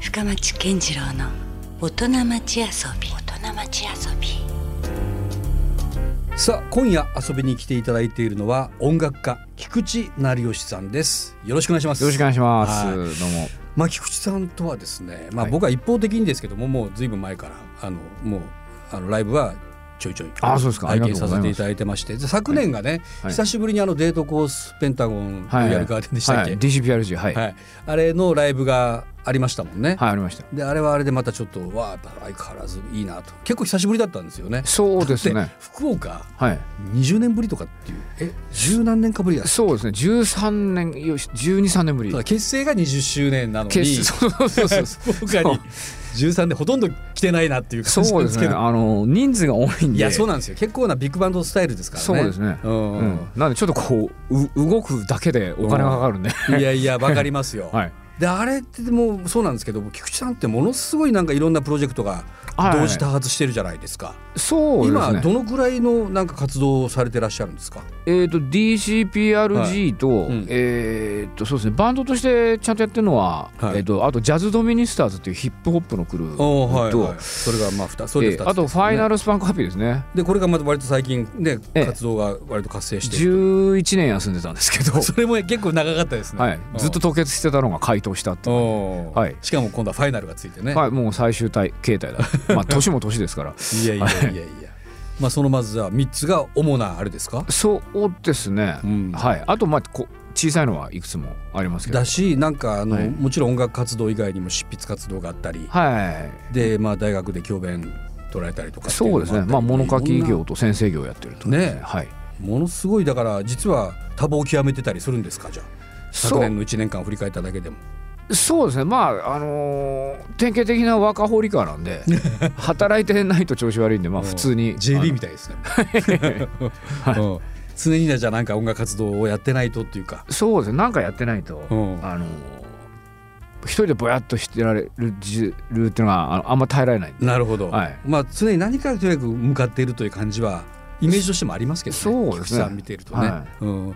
深町健次郎の大人町遊び大人町遊びさあ今夜遊びに来ていただいているのは音楽家菊池成吉さんですよろしくお願いしますよろしくお願いします。はいどうも。まあ菊池さんとはですねまあはい僕は一方的にですけども、もうずいぶん前からあのもうあのライブはちょいちょいあそうですか拝見ありがとさうごせざいていますただいてましてで昨年がね、はい久しぶりにあのデートコースペンタゴンロイヤルガーデンでしたっけ、はい、DCPRG はい、はい、はいあれのライブがありましたもんね、ありました。であれはあれでまたちょっとわあやっぱ相変わらずいいなと結構久しぶりだったんですよねそうですね。福岡はい。 20年ぶりとかっていうえ十何年かぶりだそうですね。13年よし12、3年ぶりただ。結成が20周年なのに決してそうそうそうそ福岡に13でほとんど来てないなっていう感う。じなそんうでですすけ ね。どあの人数が多いんで。いやそううなんですよ結構なビッグバンドスタイルですからねそうですね。うんうん。なんでちょっとこうう動くだけでお金がかかるんで。いやいやわかりますよ、はい。であれってもうそうなんですけど菊池さんってものすごいなんかいろんなプロジェクトがはい同時多発してるじゃないですか、そうです今ね。どのくらいのなんか活動をされてらっしゃるんですかえっ、と DCPRG と、うんえっ、とそうですね。バンドとしてちゃんとやってるのは、はいえっ、とあとジャズドミニスターズっていうヒップホップのクルーおーと、それがまあ2つそれで2つでえすね、ーあとファイナルスパンクハッピーですね。でこれがまた割と最近ねええ活動が割と活性してる11年休んでたんですけどと、 それも結構長かったですね、 はい、うんずっと凍結してたのが解凍したっていうおーはいしかも今度はファイナルがついてね、はい、もう最終体形態だ まあ年も年ですからい、やいやいやいや、まあそのまずは3つが主なあれですか、そうですね、うんはいあとまあこ小さいのはいくつもありますけどだしなんかあの、はいもちろん音楽活動以外にも執筆活動があったり、はいでまあ大学で教鞭取られたりとかっていそうですねのまあも物った書りいきろんな業と先生業をやってるとねはいものすごいだから実は多忙を極めてたりするんですかじゃあ昨そ年うの1年間を振り返っただけでもそうですねまああのー典型的な若ホリカーな んで働いてないと調子悪いんでまあ普通に JB みたいですね、うん常にじゃあなんか音楽活動をやってないとっていうか、そうですねなんかやってないと、うんあの一人でぼやっとしてられるじるっていうのがあのあんま耐えられないなるほど、はいまあ常に何かにとにかく向かっているという感じはイメージとしてもありますけどねそうですね菊池さん見ているとね、はいうん、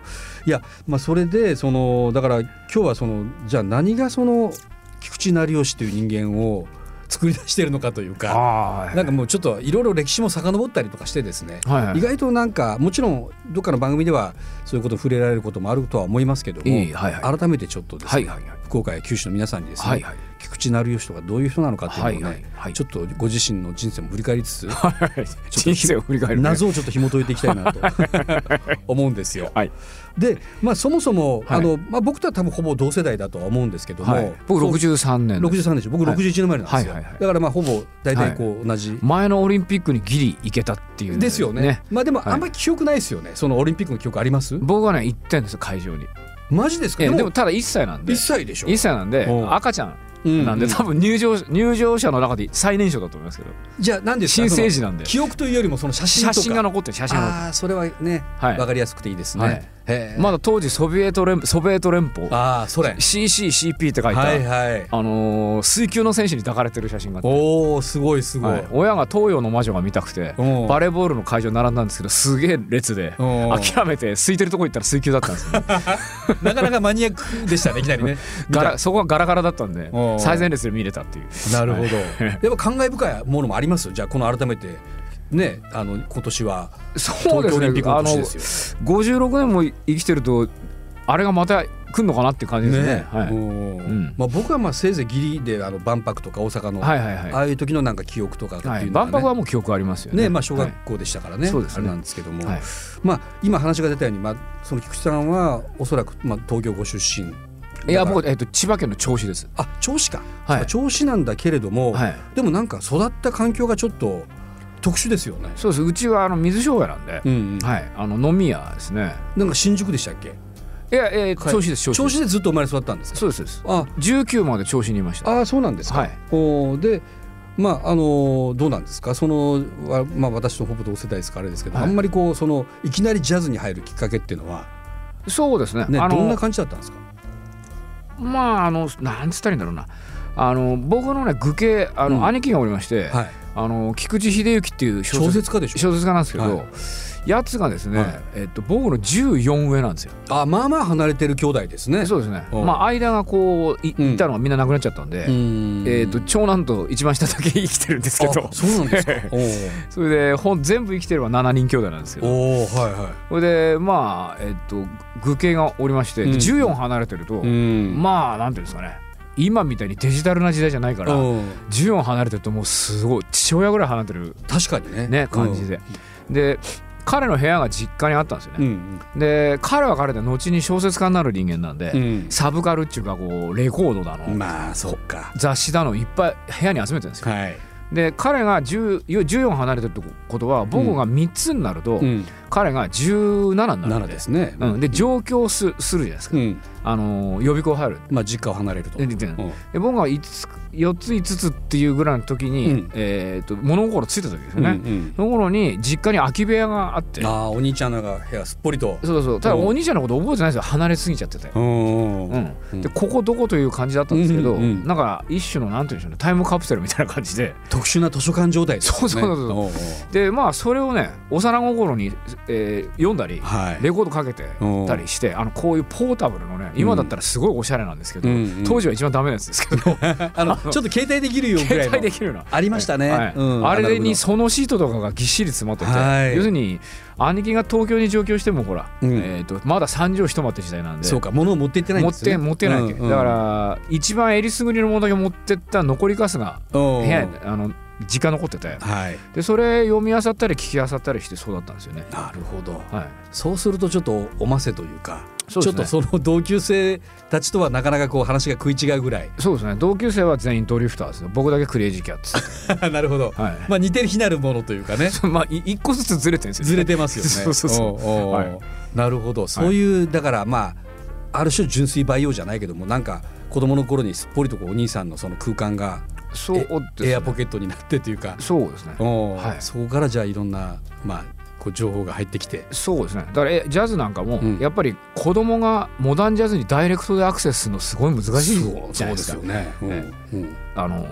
いやまあそれでそのだから今日はそのじゃあ何がその菊池成吉という人間を作り出しているのかというかあなんかもうちょっといろいろ歴史も遡ったりとかしてですね、はいはい意外となんかもちろんどっかの番組ではそういうことに触れられることもあるとは思いますけども、いいはいはい改めてちょっとですね、はい はいはい福岡や九州の皆さんにですね、はいはい菊池成吉とかどういう人なのかっていうのをね、はいはいはいちょっとご自身の人生も振り返りつつ、はい人生を振り返るね謎をちょっと紐解いていきたいな と思うんですよ。はいで、まあ、そもそも、はいあのまあ、僕とは多分ほぼ同世代だとは思うんですけども、はい僕63年です63でしょ僕はい61の前なんですよ、はいはいはいだからまあほぼ大体こう同じ、前のオリンピックにギリ行けたっていうですよねまあでもはいあんまり記憶ないですよね、そのオリンピックの記憶あります僕はね行ったんですよ会場にマジですかえででももただ1歳なんで1歳でしょ1歳なんでうん赤ちゃうんんなんで多分入場入場者の中で最年少だと思いますけどじゃあ何ですか新生そ児のなんで記憶というよりもその写真と写か真が残ってる写真が残ってああそれはねわ、はいかりやすくていいですね、はいへるーまだ当時ソビエト連ソビエト連邦ああソ連 CCCP って書いた、はいはいあのー水球の選手に抱かれてる写真があって、おおすごいすごい、はい親が東洋の魔女が見たくてうんバレーボールの会場に並んだんですけどすげえ列でうん諦めて空いてるとこ行ったら水球だったん ですよなかなかマニアックで したねいきなりねガラそこはガラガラだったんでうん最前列で見れたっていうなるほどはいやっぱ感慨深いものもありますよじゃあこの改めてねあの今年はそ東うで京オすリンピねックあのの年です56年も生きてるとあれがまた来んのかなっていう感じよですねねはいうんうんまあ、僕はまあせいぜいギリであの万博とか大阪の、はいはいあはあいう時のなんか記憶とかってい、はいいうのが、万ね博はもう記憶ありますよねねまあ、小は学い校でしたからね、そうですねあれなんですけども、はいまあ、今話が出たように、まあ、その菊池さんはおそらく、まあ、東京ご出身いやだから僕、えっと、千葉県の銚子ですあ銚子か、はい銚子なんだけれども、はいでもなんか育った環境がちょっと特殊ですよね。そうですうちはあの水商売なんで、うんうんはい、あの飲み屋ですね。なんか新宿でしたっけいや、えー、調子です、調銚子です。子でずっと生まれ育ったんですかそうです、そうです。あ十九まで調子にいました。あーそうなんですか。はいおーでまああのーどうなんですかその、わまあ、私とほぼ同世代ですからあれですけど、はいあんまりこうそのいきなりジャズに入るきっかけっていうのは、そうですね。ね、あどんなの、感じだったんですかまあ、あの、なんつったらいいんだろうな。あの、僕のね、愚形、あの、うん兄貴がおりまして、はい、あの、菊池秀行っていう小小説。説家でしょ小説家なんですけど。やつがですね、はいえっと、僕の14上なんですよ。あまあまあ離れてる兄弟ですね。そうですね、うんまあ、間がこうい行ったのがみんななくなっちゃったんで、うんえっと長男と一番下だけ生きてるんですけどあそうなん ですか。それでほん全部生きてれば7人兄弟なんですけおどおはいはそれでまあえっと愚形がおりまして、うん14離れてると、い。んまあなんていうんですかね今みたいにデジタルな時代じゃないから、うん14離れてるともうすごい父親ぐらい離れてる確かにね。ね感じで、で彼の部屋が実家にあったんですようん。うね、んで彼は彼で後に小説家になる人間なんで、うんサブカルっちゅうかこうレコードだの、うんまあそっか。雑誌だのいっぱい部屋に集めてるんですよ、はい。で彼が10 14離れてるってことは僕が3つになると、うん。彼が17になるん奈良ですね。うん、で上京すするじゃないですか、うん。あのー予備校入るまあ実家を離れると。でででうんで僕が5つ4つ5つっていうぐらいの時に、うんえー、と物心ついた時ですようんね、うんその頃に実家に空き部屋があってああお兄ちゃんのが部屋すっぽりと。そうそうただうんお兄ちゃんのこと覚えてないんですよ離れすぎちゃってて、うんううんんでここどこという感じだったんですけうど、んうんうんなんか一種のなんて言うんでしょうねタイムカプセルみたいな感じで特殊な図書館状態ですね。そうそうそうそうおうおうでまあそれをね幼心に、えー読んだりはい。レコードかけてたりしてあのこういうポータブルのね今だったらすごいおしゃれなんですけど、うんうん当時は一番ダメなやつですけどあのちょっと携帯できるよぐら携いの帯できるような。ありましたね。はいうんあれにアナログのそのシートとかがぎっしり詰まってて、はい要するに兄貴が東京に上京してもほら、うんえー、とまだ3畳一間って時代なんでそうか物を持っていってないん持でっすね。て持ってないわけ、うんうんだから一番えりすぐりのものだけ持ってった残りカスがうん部屋にあの時間残っててはい。でそれ読み漁ったり聞き漁ったりしてそうだったんですよね。なるほど。はい、そうするとちょっとおませというか、そうちでょっすとねその同級生たちとはなかなかこう話が食い違うぐら い。そうですね同級生は全員ドリフターズ僕だけクレイジーキャッツ、なるほど。はい まあ似てる非なるものというかね。まあい一個ずつずれてるんですよ、ね、ずれてますよ ね。そうそうそうおうおうはいなるほど。そういう、だからまあある種純粋培養じゃないけどもなんか子供の頃にすっぽりとこうお兄さんのその空間がそうですねエアポケットになってというか。そうですねおうはいそこからじゃあいろんなまあこう情報が入ってきて。そうですねだからえジャズなんかも、うんやっぱり子供がモダンジャズにダイレクトでアクセスするのすごい難しいじそうゃそなうでいですすかよね。うんねあのー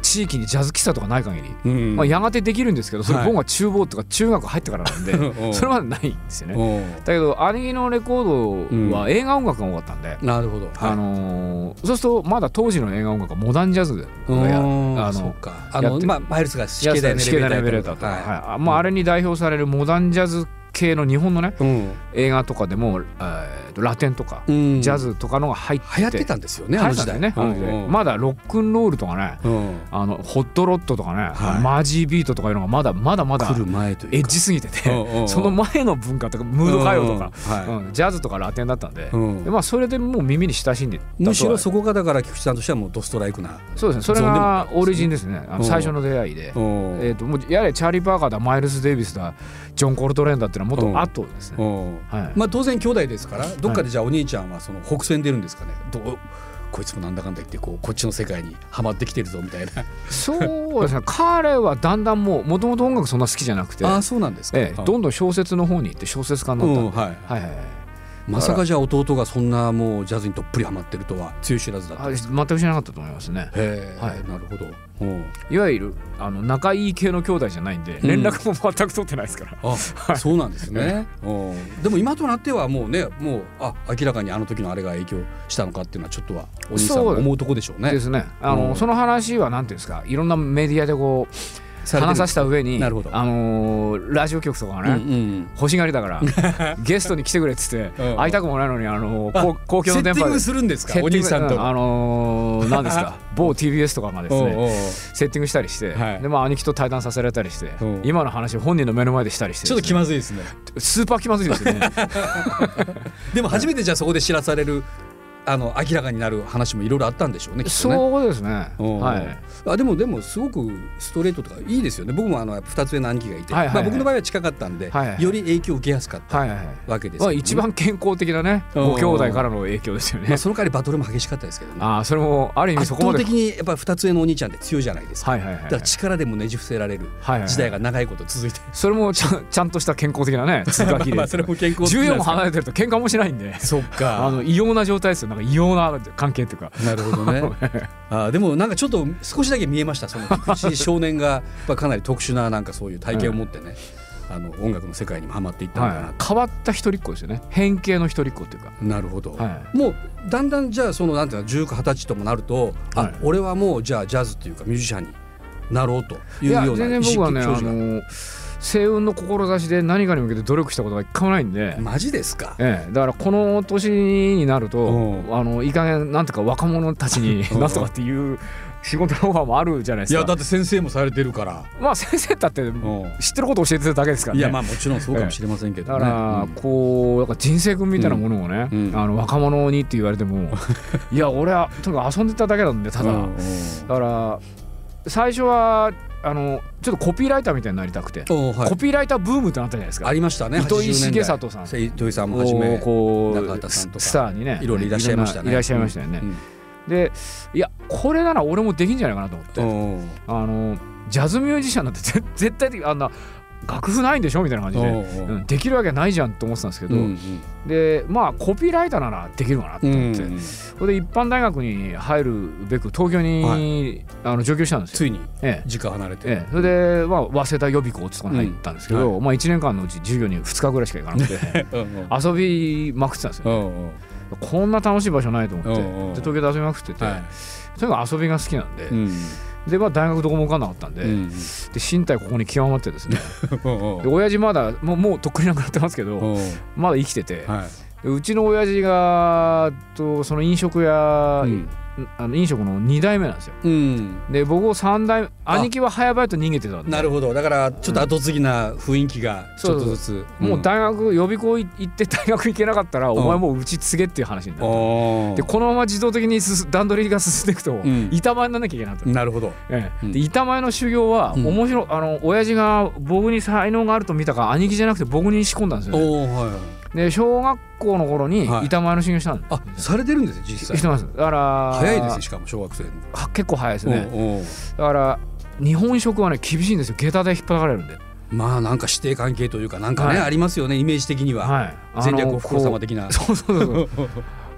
地域にジャズ喫茶とかない限り、うんうんまあ、やがてできるんですけどそれはい僕は厨房とか中学入ってからなん で、うんそれまでないんですよねおうだけど兄貴のレコーうドはん映画音楽が多かったんで、なるほど。あのーそうするとまだ当時の映画音楽はモダンジャズがやうーんあそのうかあやのってるまあマイルスが死死刑刑台台ののエレベータエーレベーターとか、はいはいあまあ、あれに代表されるモダンジャズ系の日本のねうん映画とかでも、えーとラテンとか、うんジャズとかのが入って流行ってたんですよね流あ行のってた時んだよ代ね、うんあの時代うんまだロックンロールとかねうんあのホットロッドとかね、はいマージービートとかいうのがまだまだまだ来る前といエうッかジすぎてて、うんうんうんその前の文化とかムード歌謡とか、うんうんはうんジャズとかラテンだったんで,、うんでまあ、それでもう耳に親しんでたといはむしろそこがだから菊池さんとしてはもうドストライクなそうですねそれゾーンでもあっがたんですねオリジンですねあうんの最初の出会いで、うんえー、ともうやれチャーリー・パーカーだマイルス・デイビスだジョン・コルトレーンだっていうのはもっと後ですうね、んはいまあ当然兄弟ですからどっかでじゃあお兄ちゃんはその北線出るんですかねどうこいつもなんだかんだ言ってこうこっちの世界にはまってきてるぞみたいなそうですね彼はだんだんもうもともと音楽そんな好きじゃなくて、ああそうなんですかええ、どんどん小説の方に行って小説家にうなったんんで、はいはいはいはいまさかじゃあ弟がそんなもうジャズにどっぷりハマってるとは強い知らずだったあ全く知らなかったと思いますねへえ、はいなるほど。うんいわゆるあの仲いい系の兄弟じゃないんでん連絡も全く取ってないですから、あ、そうなんですね。うんでも今となってはもうね、もうあ明らかにあの時のあれが影響したのかっていうのはちょっとはお兄さんも思うとこでしょうね。ですねあの、うんその話は何ていうんですかいろんなメディアでこうれてる話させた上になるほどあのーラジオ局とかがね、うんうん。欲しがりだから ゲストに来てくれっつってうん会いたくもないのにあのあこう公共の電セッティン波グでするんですセか、ッおティ兄ングさんと。うんあのー何です か某 TBS とかがですおうねおうセッティングしたりして、はいでまあ兄貴と対談させられたりして、うん今の話を本人の目の前でしたりしてちょっと気ままずいですね。スーパー気まずいです よねでも初めてじゃあそこで知らされる、あの明らかになる話もいろいろあったんでしょうね。きっとねそうですねうんはいあでもでもすごくストレートとかいいですよね僕もあのやっぱ二つ上の兄貴がいて、はいはいまはいあ、僕の場合は近かったんで、はいはいより影響を受けやすかったはいはいはいわけですけどね、まあ一番健康的なねうんご兄弟からの影響ですよまねあ、その代わりバトルも激しかったですけどねああそれもある意味圧そこま倒で的にやっぱ二つ上のお兄ちゃんって強いじゃないですか、はいはいはいだから力でもねじ伏せられるはいはい時代が長いこと続いて、それもちゃんちゃんとした健康的 なね通過切まれあそれも健康的なんですけど14離れてると喧嘩もしないんでそっかあの異様な状態ですよなんか異様な関係っていうかなるほど ねあーでもなんかちょっと少しだけ見えましたその菊池少年がやっぱかなり特殊ななんかそういう体験を持ってね、あの音楽の世界にもハマっていったのかなはい、変わった一人っ子ですよね変形の一人っ子っていうかなるほど、はもうだんだんじゃあそのなんていうの19、20歳ともなると、はいあ俺はもうじゃあジャズっていうかミュージシャンになろうというよいうやな全然僕はね意あ識表示がの星雲の志で何かに向けて努力したことが一回もないんで、マジですかええ、だからこの年になると、うんあのいい加減なんとか若者たちにうん なんとかっていう仕事のオファーもあるじゃないいですかやだって先生もされてるから、まあ先生だってう知ってることを教えてるだけですからん、いねやまあもちろんそうかもしれませんけどだね、から、こうなんか人生君みたいなものをね、うんあの若者にって言われて もいや俺はとにかく遊んでただけなんでただ、うんだから最初はあのちょっとコピーライターみたいになりたくて、うんおはいコピーライターブームってなったじゃないですかありましたね糸井80年代重里さん糸井さんもはじをめこ中う畑さんとかスターにねいろいろいらっしゃいましたねろんないらっしゃいましたよね、うんでいやこれなら俺もできんじゃないかなと思って、うんあのジャズミュージシャンなんて ぜ絶対的にあんな楽譜ないんでしょみたいな感じで、うんうんできるわけないじゃんと思ってたんですけど、うんでまあコピーライターならできるかなとう思んって、うんそれで一般大学に入るべく東京に、はあの上京したんですよ。ついにええ時間離れて、ええ、それで、まあ、早稲田予備校ってとこに入ったんですけど、うんまあ、1年間のうち授業に2日ぐらいしか行かなくて うんうん遊びまくってたんですようんうんこんな楽しい場所ないと思って、うんうんで東京で遊びまくってて、はとにかく遊びが好きなんで、いうんで、まあ、大学どこも受かんなかったんで,、うでん身体ここに極まってですねうんで親父まだもうもうとっくになくなってますけど、うんまだ生きてて、はでうちの親父がとその飲食屋、いうんあの飲食の2代目なんですようんで僕を3代目あ兄貴は早々と逃げてたんでなるほどだからちょっと後継ぎな雰囲気がちょっとずつ、もう大学予備校行って大学行けなかったら、お前もううち継げっていう話になる、うんでこのまま自動的に進段取りが進んでいくと、ん板前にならなきゃいけなかった、なるほどええうんで板前の修行は、うん面白いあの親父が僕に才能があると見たから兄貴じゃなくて僕に仕込んだんですよね、おおはいはいで小学校の頃にはい板前の修行したんであされてるんですよす、実して際ますだから早いですねしかも小学生のは結構早いですね、おうおうだから日本食はね厳しいんですよ下駄で引っ張られるんで、まあなんか師弟関係というかなんかね、はいありますよねイメージ的には、はいあの全略おふくろ様こ的なう そうそうそう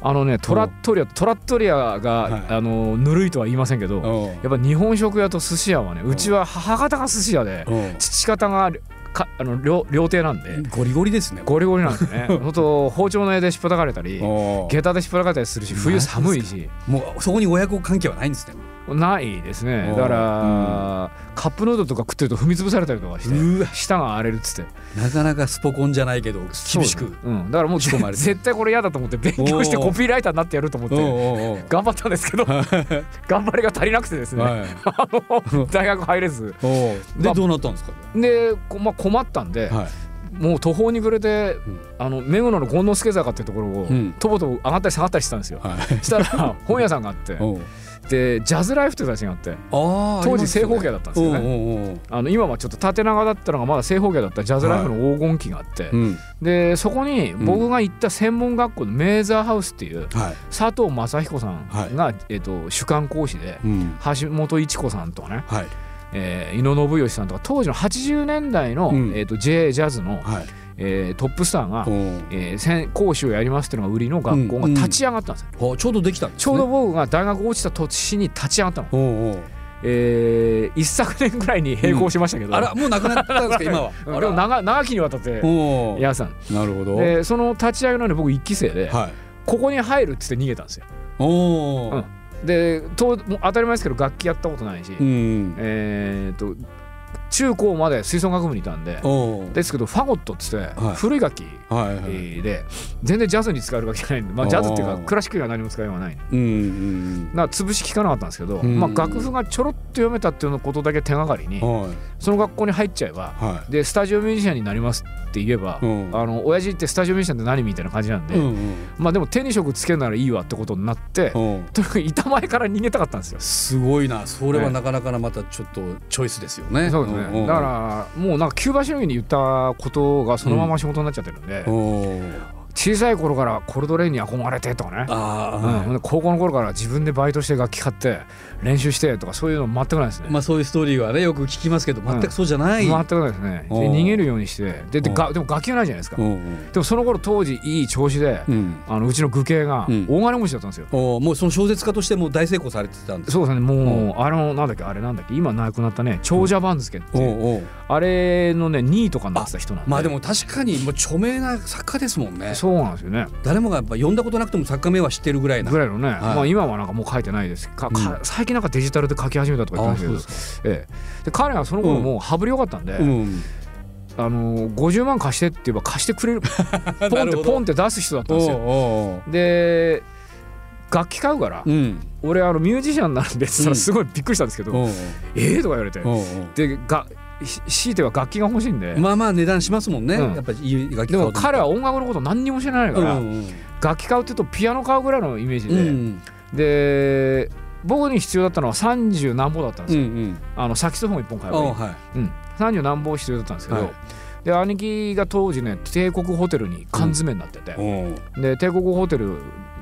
あのねトラットリアトラットリアが、はいあのぬるいとは言いませんけどおうやっぱ日本食屋と寿司屋はねうちは母方が寿司屋でおう父方がかあの料料亭なんでゴリゴリですねゴリゴリなんですね本当包丁の柄でしっぱたかれたりおう下駄でしっぱたかれたりするし冬寒いしもうそこに親子関係はないんですねないですねおだから、カップヌードルとか食ってると踏み潰されたりとかしてうわ舌が荒れるっつってなかなかスポコンじゃないけど厳しくそうだねうん、だからもう仕込まれて絶対これ嫌だと思って勉強しておーコピーライターになってやると思っておう おう頑張ったんですけど頑張りが足りなくてですおうね、はいあの大学入れずおうで、まあどうなったんですかで、こまあ、困ったんで、はいもう途方に暮れて、んあの目黒の権之助坂っていうところを、うんとぼとぼ上がったり下がったりしてたんですよ。はそしたら本屋さんがあっていおうでジャズライフという雑誌があってああ当時正方形だったんですよね。ねあの今はちょっと縦長だったのがまだ正方形だったジャズライフの黄金期があって、うんでそこにん僕が行った専門学校のメーザーハウスっていうはい佐藤正彦さんが、えっと主幹講師でうん橋本一子さんとかねはいえー、井野信義さんとか当時の80年代の、うんえー、と J ジャズの、はいえートップスターがお、うえーせん講師をやりますっていうのが売りの学校がうん立ち上がったんですよ、おちょうどできたんですちょうねど僕が大学落ちた年に立ち上がったの、おうおうえー一昨年ぐらいに並行しましたけど、あらもうなくなったんですか 今はうんあでもら長長きにわたっておうやさんなるほどでその立ち上げのね僕一期生で、はいここに入るっつって逃げたんですよおうおんでともう当たり前ですけど楽器やったことないし、うんえー、と中高まで吹奏楽部にいたんで、おおですけどファゴットっつってはい古い楽器はいえはいーで全然ジャズに使える楽器じゃないんで、まあ、ジャズっていうかあークラシックには何も使えようがないうんうんな潰し聞かなかったんですけど、うんまあ、楽譜がちょろっと読めたっていうのことだけ手がかりにうんはいその学校に入っちゃえばはでスタジオミュージシャンになりますって言えばいうんあの親父ってスタジオミュージシャンって何みたいな感じなんで、うんうんまあ、でも手に職つけるならいいわってことになっうてんとにかく板前から逃げたかったんですよ。すごいなそれえはえなかなかなまたちょっとチョイスですよねそうですね、だからもうなんか急場しのぎに言ったことがそのまま仕事になっちゃってるんで、らおお小さい頃からコルドレインに憧れてとかねあうん、で高校の頃から自分でバイトして楽器買って練習してとかそういうの全くないですね、まあそういうストーリーはねよく聞きますけど全くそうじゃない、うん全くないですねでおう逃げるようにしてででおうがでも楽器がないじゃないですかうんでもその頃当時いい調子で、ううんあのうちの具形がうん大金持ちだったんですよ、おーもうその小説家としてもう大成功されてたんですそうですねもう、あのなんだっけあれなんだっけ今なくなったね長者番付っておいう、うおうあれのね2位とかになってた人なんでまあでも確かにもう著名な作家ですもんねそうなんですよね誰もがやっぱ読んだことなくても作家名は知ってるぐらいなぐらいのね、まあ、い今はなんかもう書いてないですかか、最近なんかデジタルで書き始めたとか言ってましたかけど、ええ、で彼はその頃もう羽振り良かったんで、うんあの50万貸してって言えば貸してくれる ポンっ てなるほどポンって出す人だったんおでうすよおうで楽器買うから、うん俺あのミュージシャンなんでって言ったうらんすごいびっくりしたんですけど「おうええー?」とか言われておうおでがし強いては楽器が欲しいんで、うまあまあ値段しますもんね、うんやっぱりいい楽器で買おもうと彼は音楽のこと何にも知らないかうら、んうん楽器買うっていうとピアノ買うぐらいのイメージうで、んで僕に必要だったのは30何本だったんでうんうすよ、んあのサキソフォン1本買えばいいおうはいうん、30何本必要だったんですけど、はいで兄貴が当時ね帝国ホテルに缶詰になってて、おうで帝国ホテル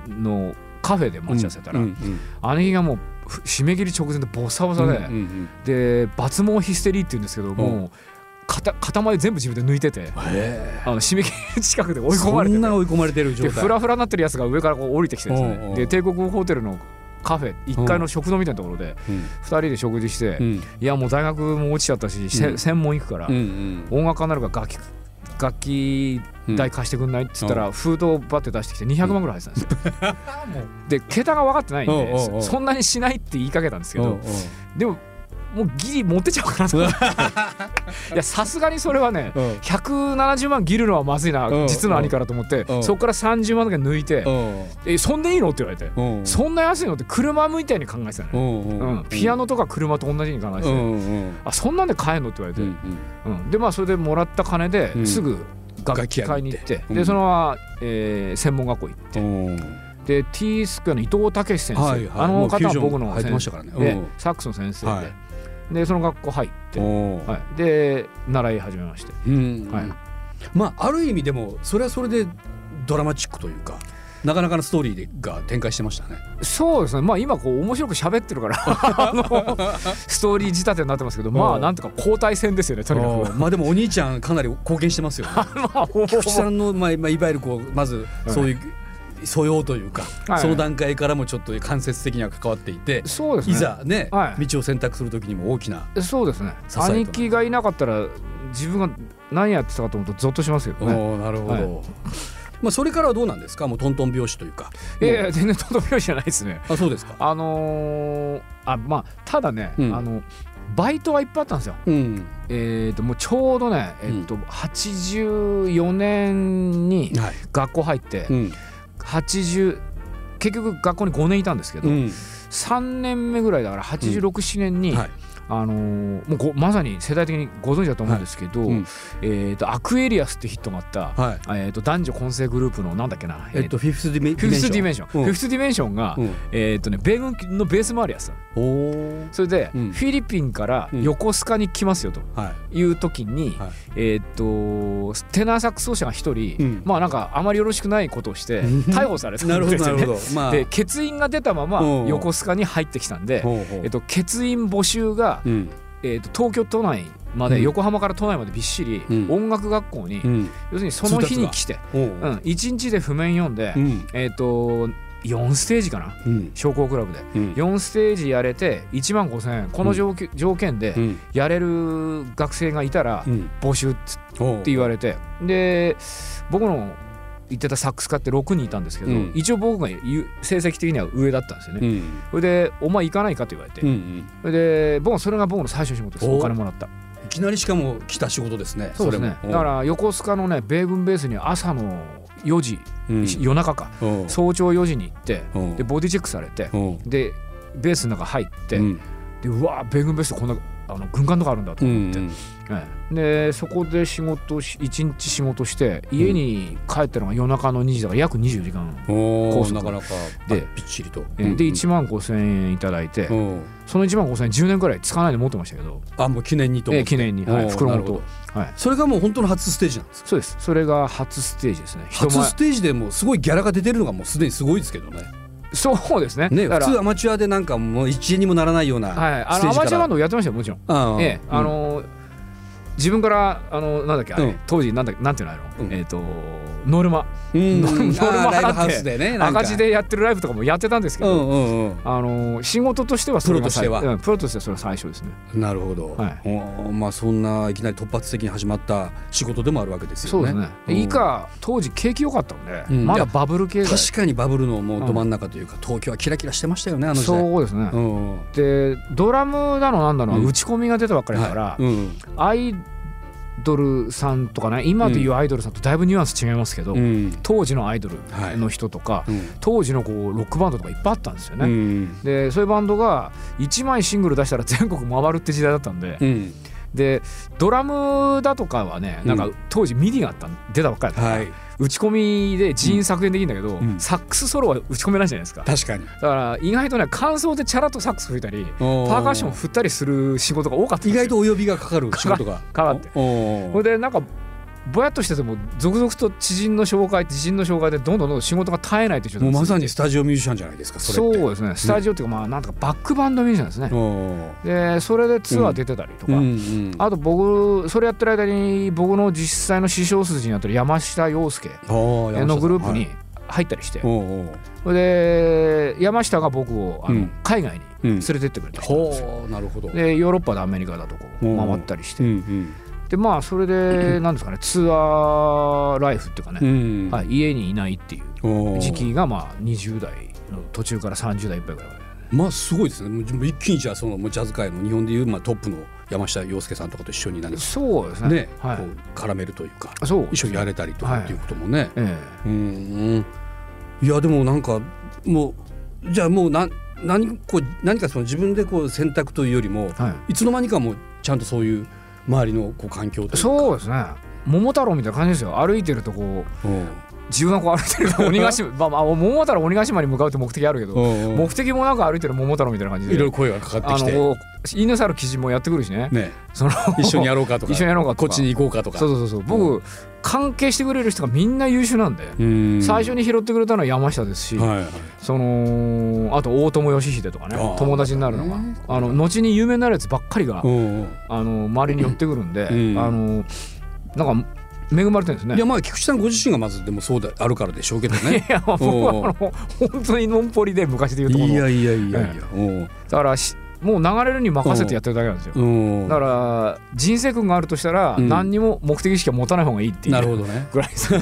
のカフェで待ち合わせたら、うんうん姉貴がもうふ締め切り直前でボッサボサで、うんうんで抜毛ヒステリーって言うんですけど、もう片塊全部自分で抜いててうんへあの締め切り近くで追えい込まれそてんなて追い込まれてる状で態フラフラになってるやつが上からこう降りてきてですね、おうおうで帝国ホテルのカフェ1階の食堂みたいなところでうん2人で食事して、うんいやもう大学も落ちちゃったし、せうん専門行くから、うん音楽家になるから楽器楽器うん代貸してくんないって言ったら封筒をバッて出してきて200万ぐらい入ってたんですよ。 で桁が分かってないんおうでおうおそうそんなにしないって言いかけたんですけおうおどうでももうギリ持ってちゃうか なと思っていやさすがにそれはねうん170万ギるのはまずいなうん実の兄からと思ってうんそこから30万だけ抜いて「えそんでいいの?」って言われてうん「そんな安いの?」って車みたいに考えてたうね。んうんうん、ピアノとか車と同じに考えうててんうんあそんなんで買えんのって言われうて、んうん、でまあそれでもらった金でうんすぐ楽器買いに行って,、うんでそのまま、えー専門学校行っうて、んうんで T スクエアの伊藤武先生、はいはいあものう方はフュージョン僕の入って先ました生からねで、うんサックスの先生で,、はでその学校入って、おーはい、で習い始めましてうんはいまあある意味でもそれはそれでドラマチックというかなかなかのストーリーが展開してましたねそうですねまあ今こう面白く喋ってる からあのストーリー仕立てになってますけどまうあんなんとか交代戦ですよねとにかあーまあでもお兄ちゃんかなり貢献してますよ ねく。菊池さんのまあまあいわゆるこうまずそういう素養というかはいその段階からもちょっと間接的には関わっていてそうですいねざねはい道を選択する時にも大きなそうですね支えとなる兄貴がいなかったら自分が何やってたかと思うとゾッとしますけどねおーなるほど、はいまあそれからはどうなんですかもうトントン拍子というかいやいや全然とどめようじゃないですね。あそうですかあのーあまあただね、うんあのバイトがいっぱいあったんですよ。うんえー、ともうちょうどね、えーと84年にはい学校入って、うん80結局学校に5年いたんですけど、うん3年目ぐらいだから867年に、はいあのーもうごまさに世代的にご存知だと思うんですけど「はいうんえー、とアクエリアス」ってヒットがあった、はいえー、と男女混成グループのなんだっけな、えっとフィフスディメフィフスディメンション、フィフススディメンションが、うんえーっとね米軍のベースもあるやつおおそれで、うんフィリピンからうん横須賀に来ますよとはいう時に、はいえーっとテナーサックス奏者が一人、うんまあなんかあまりよろしくないことをしてうん逮捕されたいんで すなよるほね。どなるほどまあで欠員が出たままうん横須賀に入ってきたんで、ほうほうえっと、欠員募集が、うんえーっと東京都内まで、うん横浜から都内までびっしり、うん音楽学校に、うん要するにその日に来て、おううん、1日で譜面読んで、うんえーっと4ステージかなうん商工クラブでうん4ステージやれて1万5,000円この条,、条件でうんやれる学生がいたらうん募集っつっおうて言われてで僕の行ってたサックス家って6人いたんですけど、うん一応僕が言う成績的には上だったんですよね。うんそれで「お前行かないか?」と言われて、うんうんそれで僕それが僕の最初の仕事ですおお金もらったいきなりしかも来た仕事ですねそうですねれもだから横須賀のね米軍ベースに朝の4時、うん夜中かおう早朝4時に行っておうでボディチェックされておうでベースの中入って、うんでうわー米軍ベースこんなあの軍艦とかあるんだとうん思って、うんええでそこで仕事をし一日仕事して家に帰ったのが夜中の2時だから約24時間、お高ー速なかなかでびっちりと。ええで1万5,000円いただいて、うんうんその1万5,000円10年ぐらい使わないで持ってましたけど、あもう記念にとえ思っえて。記念に、はい、おー袋なごるほどとはいそれがもう本当の初ステージなんですか。そうですそれが初ステージですね人初前ステージでもうすごいギャラが出てるのがもうすでにすごいですけどね。そうですねねだ普から通アマチュアでなんかもう一円にもならないようなはい、あステーのアジかマチュら。アバンドをやってましたよもちろん、ああええあ、の自分からあのなんだっけあれ、うん当時なんだなんていうのあの、うんえっ、とノルマうんうんノルマ ああライブハウ払ってスでねなんか赤字でやってるライブとかもやってたんですけうど、んうんうん。あの仕事としてはそれが最プロとしてはうんプロとしてはそれは最初ですねなるほど、はいおまあそんないきなり突発的に始まった仕事でもあるわけですよね。そうですね、ん以下当時景気良かったんで、うんまいやだバブル経済確かにバブルのもうど真ん中というか、東京はキラキラしてましたよねあの時代。そうですね、うんうんでドラムだのなんだの、うん打ち込みが出たばっかりだから、はいうんアイドルさんとかね今でいうアイドルさんとだいぶニュアンス違いますけど、うん当時のアイドルの人とか、うん当時のこうロックバンドとかいっぱいあったんですようね、んでそういうバンドが1枚シングル出したら全国回るって時代だったんで、うんでドラムだとかはねなんうか当時ミディがあったん出たばっかりだから、はい打ち込みで人員削減できるんだけど、うんサックスソロは打ち込めないじゃないですかだ確かにから意外とね感想でチャラッとサックス吹いたりパパーカッション振ったりする仕事が多かったん意ですよ外とお呼びがかかる仕事がかかっておーそれでなんかぼやっとしてても続々と知人の紹介知人の紹介でどんどんどんどん仕事が絶えないという状もう態まさににスタジオミュージシャンじゃないですかそそれってうですねスタジオっていうかまあなんとかバックバンドミュージシャンですね、おーでそれでツアー出てたりとうか、んうんあと僕それやってる間に僕の実際の師匠筋になってる山下洋介おーのグループはにい入ったりして、おーおーそれで山下が僕をあの、うん海外にうん連れてってくれた人なんですよほうなるほどでヨーロッパでアメリカだとこううん回ったりしうてんでまあそれで何ですかねツアーライフっていうかうんうね、んはい、家にいないっていうおー時期がまあ20代の途中から30代いっぱいぐらいまでまあすごいですねもう一気にじゃあそのもうジャズ界の日本でいうまあトップの山下洋介さんとかと一緒に何かそうですねねこはいう絡めるというかそう一緒にやれたりとかはいっていうこともねえうえんいやでもなんかもうじゃあもうな何こう何かその自分でこう選択というよりもはいいつの間にかもうちゃんとそういう周りのこう環境というかそうですね桃太郎みたいな感じですよ歩いてるとこう自分がこう歩いてると鬼ヶ 島まあまあ桃太郎鬼ヶ島に向かうって目的あるけうどんうん目的もなく歩いてる桃太郎みたいな感じいでろいろ声がかかってきあての犬猿鬼人もやってくるしねねその一緒にやろうかとか一緒にやろうかとこかっちに行こうかとかそうそうそう僕、関係してくれる人がみんな優秀なんで、うん最初に拾ってくれたのは山下ですし、はいはいそのあと大友義秀とかねあー友達になるのが、ねあの後に有名になるやつばっかりが、うんうんあの周りに寄ってくるんで、うんあのなんか恵まれてるんですねいやまあ菊池さんご自身がまずでもそうであるからでしょうけどね いや僕はあおうおうの本当にのんぽりで昔で言うとこいろやいやいやいや、だからしもう流れるに任せてやってるだけなんですようんうんだから人生訓があるとしたらうん何にも目的意識は持たない方がいいっていうなるほどねぐら いですね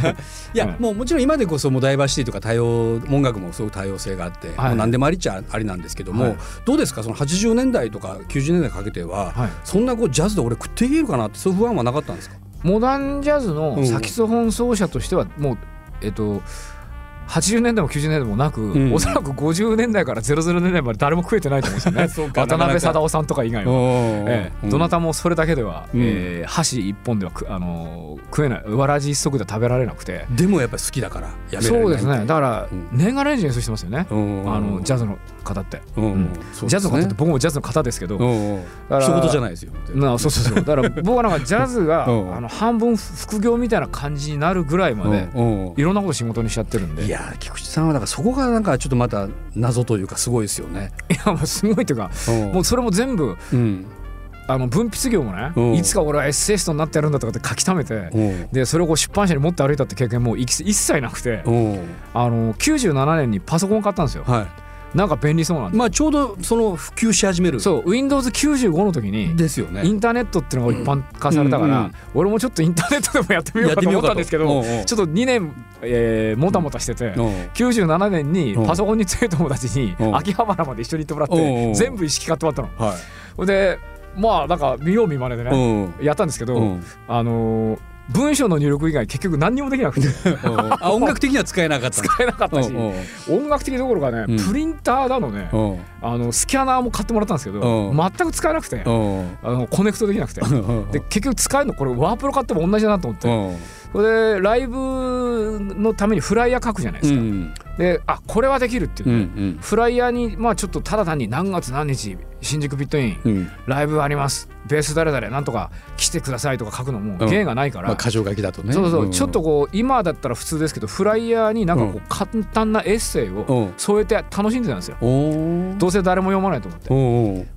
いや、はいもうもちろん今でこそもうダイバーシティとか多様音楽もすごく多様性があって、はいもう何でもありっちゃありなんですけども、はいどうですかその80年代とか90年代かけては、はいそんなこうジャズで俺食っていけるかなってそういう不安はなかったんですかモダンジャズうのんサキソフォン奏者としてはもうえっと80年代も90年代もなく、んおそらく50年代から00年代まで誰も食えてないと思うんですよ ねそうか渡なかなか辺貞夫さんとか以外は、ええどなたたもそれだけでは、うんえー箸一本ではく、あのー食えないわらじ一足では食べられなくて、でもやっぱり好きだからやめられないそうですねだからうん年がら年中演奏してますよね、うんあのジャズの方って、うんうんジャズの方って僕もジャズの方ですけど、うんうんだから一言じゃないですよなあそうそうそうだから僕はなんかジャズ がうんあの半分副業みたいな感じになるぐらいまでうんうんいろんなこと仕事にしちゃってるんでいやー菊池さんはだからそこがなんかちょっとまた謎というかすごいですよね。いやもうすごいというかもうそれも全部うんあの分泌業もうんねいつか俺はエッセイストになってやるんだとかって書き溜めてうんでそれをこう出版社に持って歩いたって経験もう一切なくてうんあの97年にパソコン買ったんですよはなんか便利そうなんい、でまあちょうどその普及し始めるそう Windows95 の時にですよイね。ンターネットっていうのが一般化されたかうら、んうんうん俺もちょっとインターネットでもやってみようかと思ったんですけどやってみようかちとょっと2年、えーもたもたしてて、うん97年にうんパソコンに強い友達にうん秋葉原まで一緒に行ってもらっうんうてん全部一式買ってもらったはの。でまあなんか見よう見まねでい。うねんやったんですけど、うんあのー文章の入力以外結局何にもできなくてあ音楽的には使えなかった 使えなかったしうんうん音楽的どころかね、うんプリンターだのねうんあのスキャナーも買ってもらったんですけどうん全く使えなくてうんあのコネクトできなくてうんで結局使えるのこれワープロ買っても同じだなと思っうてんそれでライブのためにフライヤー書くじゃないでうすか、んであこれはできるっていうう、んフライヤーにまあちょっとただ単に何月何日新宿ピットインうんうんライブありますベース誰々なんとか来てくださいとか書くのもうん芸がないから、まあ箇条書きだとねそうそう、んちょっとこう今だったら普通ですけどフライヤーになんかこう簡単なエッセイうをん添えて楽しんでたんですよ、おーどうせ誰も読まないと思って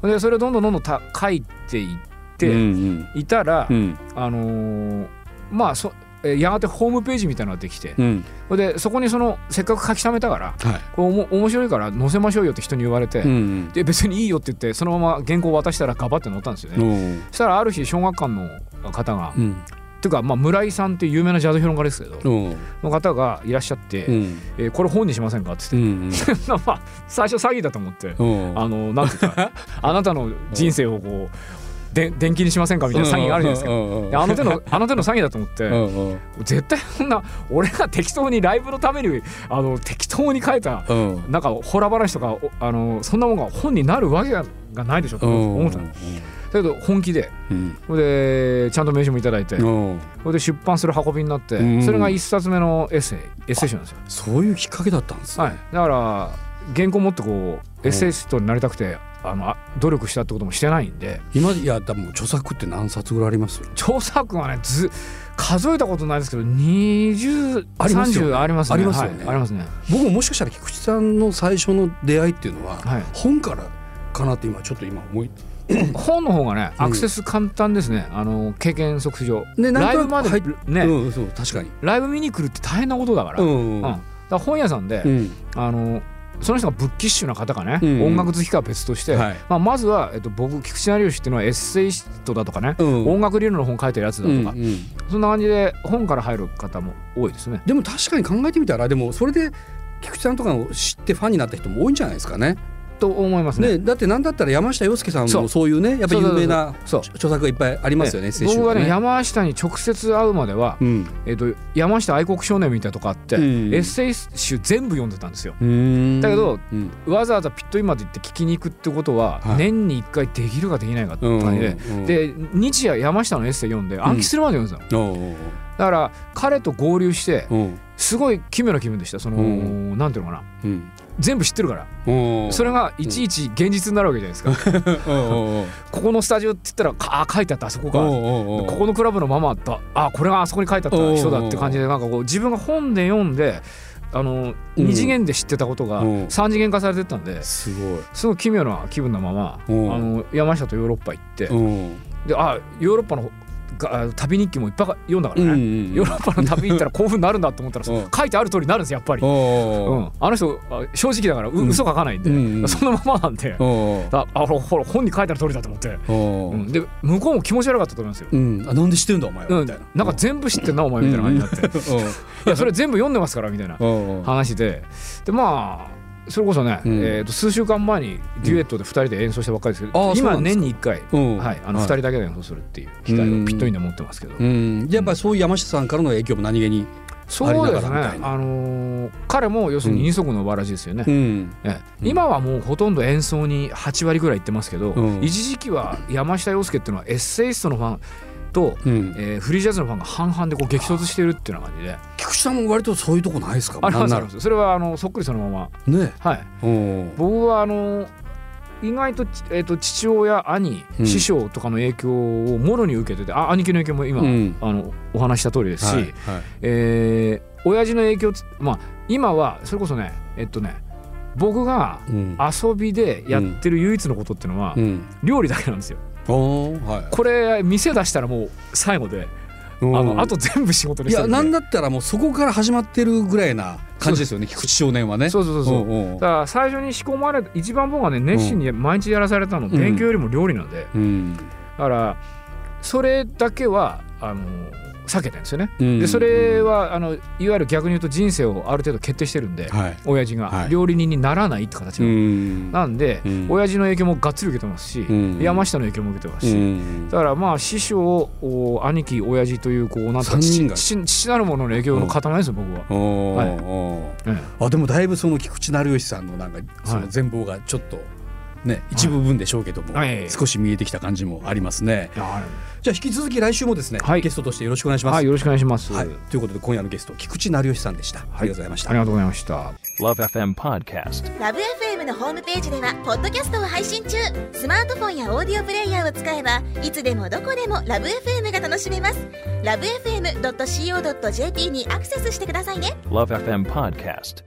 お、ーでそれをどんどんどんどんた書いていって、うんいたら、うんうんあのーまあそえーやがてホームページみたいなのができて、うんそれでそこにそのせっかく書き溜めたからはいこれおも面白いから載せましょうよって人に言われて、うんで別にいいよって言ってそのまま原稿渡したらガバって載ったんですよね、うんそしたらある日小学館の方が、うっんていうか、まあ、村井さんっていう有名なジャズ評論家ですけど、うんの方がいらっしゃって、うんえーこれ本にしませんか?」ってう言って、ん まあ最初詐欺だと思って、うん あのなんていうかあなたの人生をこうで電気にしませんかみたいな詐欺があるじゃないですか。であの手のあの手の詐欺だと思って、うんうん絶対そんな俺が適当にライブのためにあの適当に書いたうんうんなんかホラ話とかおあのそんなもんが本になるわけがないでしょと思ったのだけど本気でうんそれでちゃんと名刺もいただいてうんそれで出版する運びになってうんそれが一冊目のエッセイエッセイ集なんですよ。そういうきっかけだったんですねはい、だから原稿持ってこうエッセイストになりたくてあのあ努力したってこともしてないんで今いや多分著作って何冊ぐらいあります調査君はねず数えたことないですけど2030ありますよねありますねありますよねはいありますね僕ももしかしたら菊池さんの最初の出会いっていうのは、はい本からかなって今ちょっと今思い本の方がねうんアクセス簡単ですね、あの経験則上ねライブまで入っね、うんそう確かにライブ見に来るって大変なことだから,、ううんんだから本屋さんで、うんあのその人がブッキッシュな方かね、うん音楽好きかは別として、はいまあ、まずは、えっと、僕菊池成吉っていうのはエッセイストだとかね、うん音楽理論の本書いてるやつだうとんかう、んそんな感じで本から入る方も多いですね。でも確かに考えてみたらでもそれで菊池さんとかを知ってファンになった人も多いんじゃないですかね。と思いますねね。だってなんだったら山下洋介さんそもうそういうねやっぱり有名なそう著作がいっぱいありますよね。ね青春僕のがね山下に直接会うまでは、うんえっと山下愛国少年みたいなとこあって、うんエッセイ集全部読んでたんですよ。うんだけどうんわざわざピットインまで行って聞きに行くってことは、はい年に1回できるかできないかってうん感じで。うんで日夜山下のエッセイ読んで暗記するまで読んでたの、うんだから彼と合流してうんすごい奇妙な気分でしたその、うんなんていうのかなうん全部知ってるから、うんそれがいちいち現実になるわけじゃないですうか、んうんうん ここのスタジオって言ったらかあ書いてあったあそこかおうこおうおうこのクラブのママだあこれがあそこに書いてあった人だって感じでなんかこう自分が本で読んであのうん二次元で知ってたことがうん三次元化されてったんですごい。すごい奇妙な気分のままあうんの山下とヨーロッパ行ってうん。であヨーロッパのがあ旅日記もいっぱい読んだかうんらうねん。ヨーロッパの旅行ったらこういうふうになるんだと思ったらうん書いてある通りになるんですやっぱり。うおん、あの人あ正直だからううん嘘書かないんで、うんうんそのままなんで、お。おああほらほら本に書いてある通りだと思って、おう。ん、で向こうも気持ち悪かったと思いますよ。うん。あなんで知ってんだお前はうみん、たいなんか全部知ってんなお前みたいな感じになって、いやそれ全部読んでますからみたいなな。おお。話ででまあそれこそね、うんえーと数週間前にデュエットで2人で演奏したばっかりですけあど、ーそう今なんです年かに1回、うんはい、あのはい2人だけで演奏するっていう機会をピットインで持ってますけど、うん。やっぱそういう山下さんからの影響も何気に。そうですありねながらみたいなあのー彼も要するに二足のわらじですよね、うん。ええうん今はもうほとんど演奏に8割ぐらい行ってますけど、うん一時期は山下洋介っていうのはエッセイストのファンと、うん。えーフリージャズのファンが半々でこう激突してるっていうような感じで菊池さんも割とそういうとこないですか。ありますなありんなますそれはあのそっくりそのままらね。はいおお。僕はあの意外と,、えー、と父親兄、うん師匠とかの影響をもろに受けててあ兄貴の影響も今、うん。あのお話しした通りですし、はいはいえー親父の影響つまあ今はそれこそねえっとね僕がうん。遊びでやってる唯一のことってのはうん。料理だけなんですよ。おお。はい。これ店出したらもう最後で、あうのんあ。と全部仕事でいすやなんだだったらもうそこから始まってるぐらいな感じですよね菊池少年はね。そうそうそうそう。おだうかおうら最初に仕込まれた一番僕がね熱心に毎日やらされたの、ん勉強よりも料理なんで、うん。だからそれだけはあの避けてるんですよね。うんでそれはあのいわゆる逆に言うと人生をある程度決定してるんで、はい親父はがい料理人にならないって形うなんなんで、うん親父の影響もがっつり受けてますし、うん山下の影響も受けてますうし、んだからまあ師匠お兄貴親父というこうなんとか三人父が父父なるものの影響の塊ですよ、僕は。おーはいおえーあでもだいぶその菊池成吉さんのなんかその全貌がちょっとね、一部分でしょうけども、はい少し見えてきた感じもありますね。えはじゃあ引き続き来週もですね、はいゲストとしてよろしくお願いしい、ます。はい、よろしくお願いします、はいありということで今夜のゲスト菊池成吉さんでした、ありがとうございました。がとうございました。 Love FM Podcast. ラブ f m のホームページではポッドキャストを配信中スマートフォンやオーディオプレイヤーを使えばいつでもどこでもラブ f m が楽しめますラブ FM.co.jp にアクセスしてくださいね Love FM Podcast.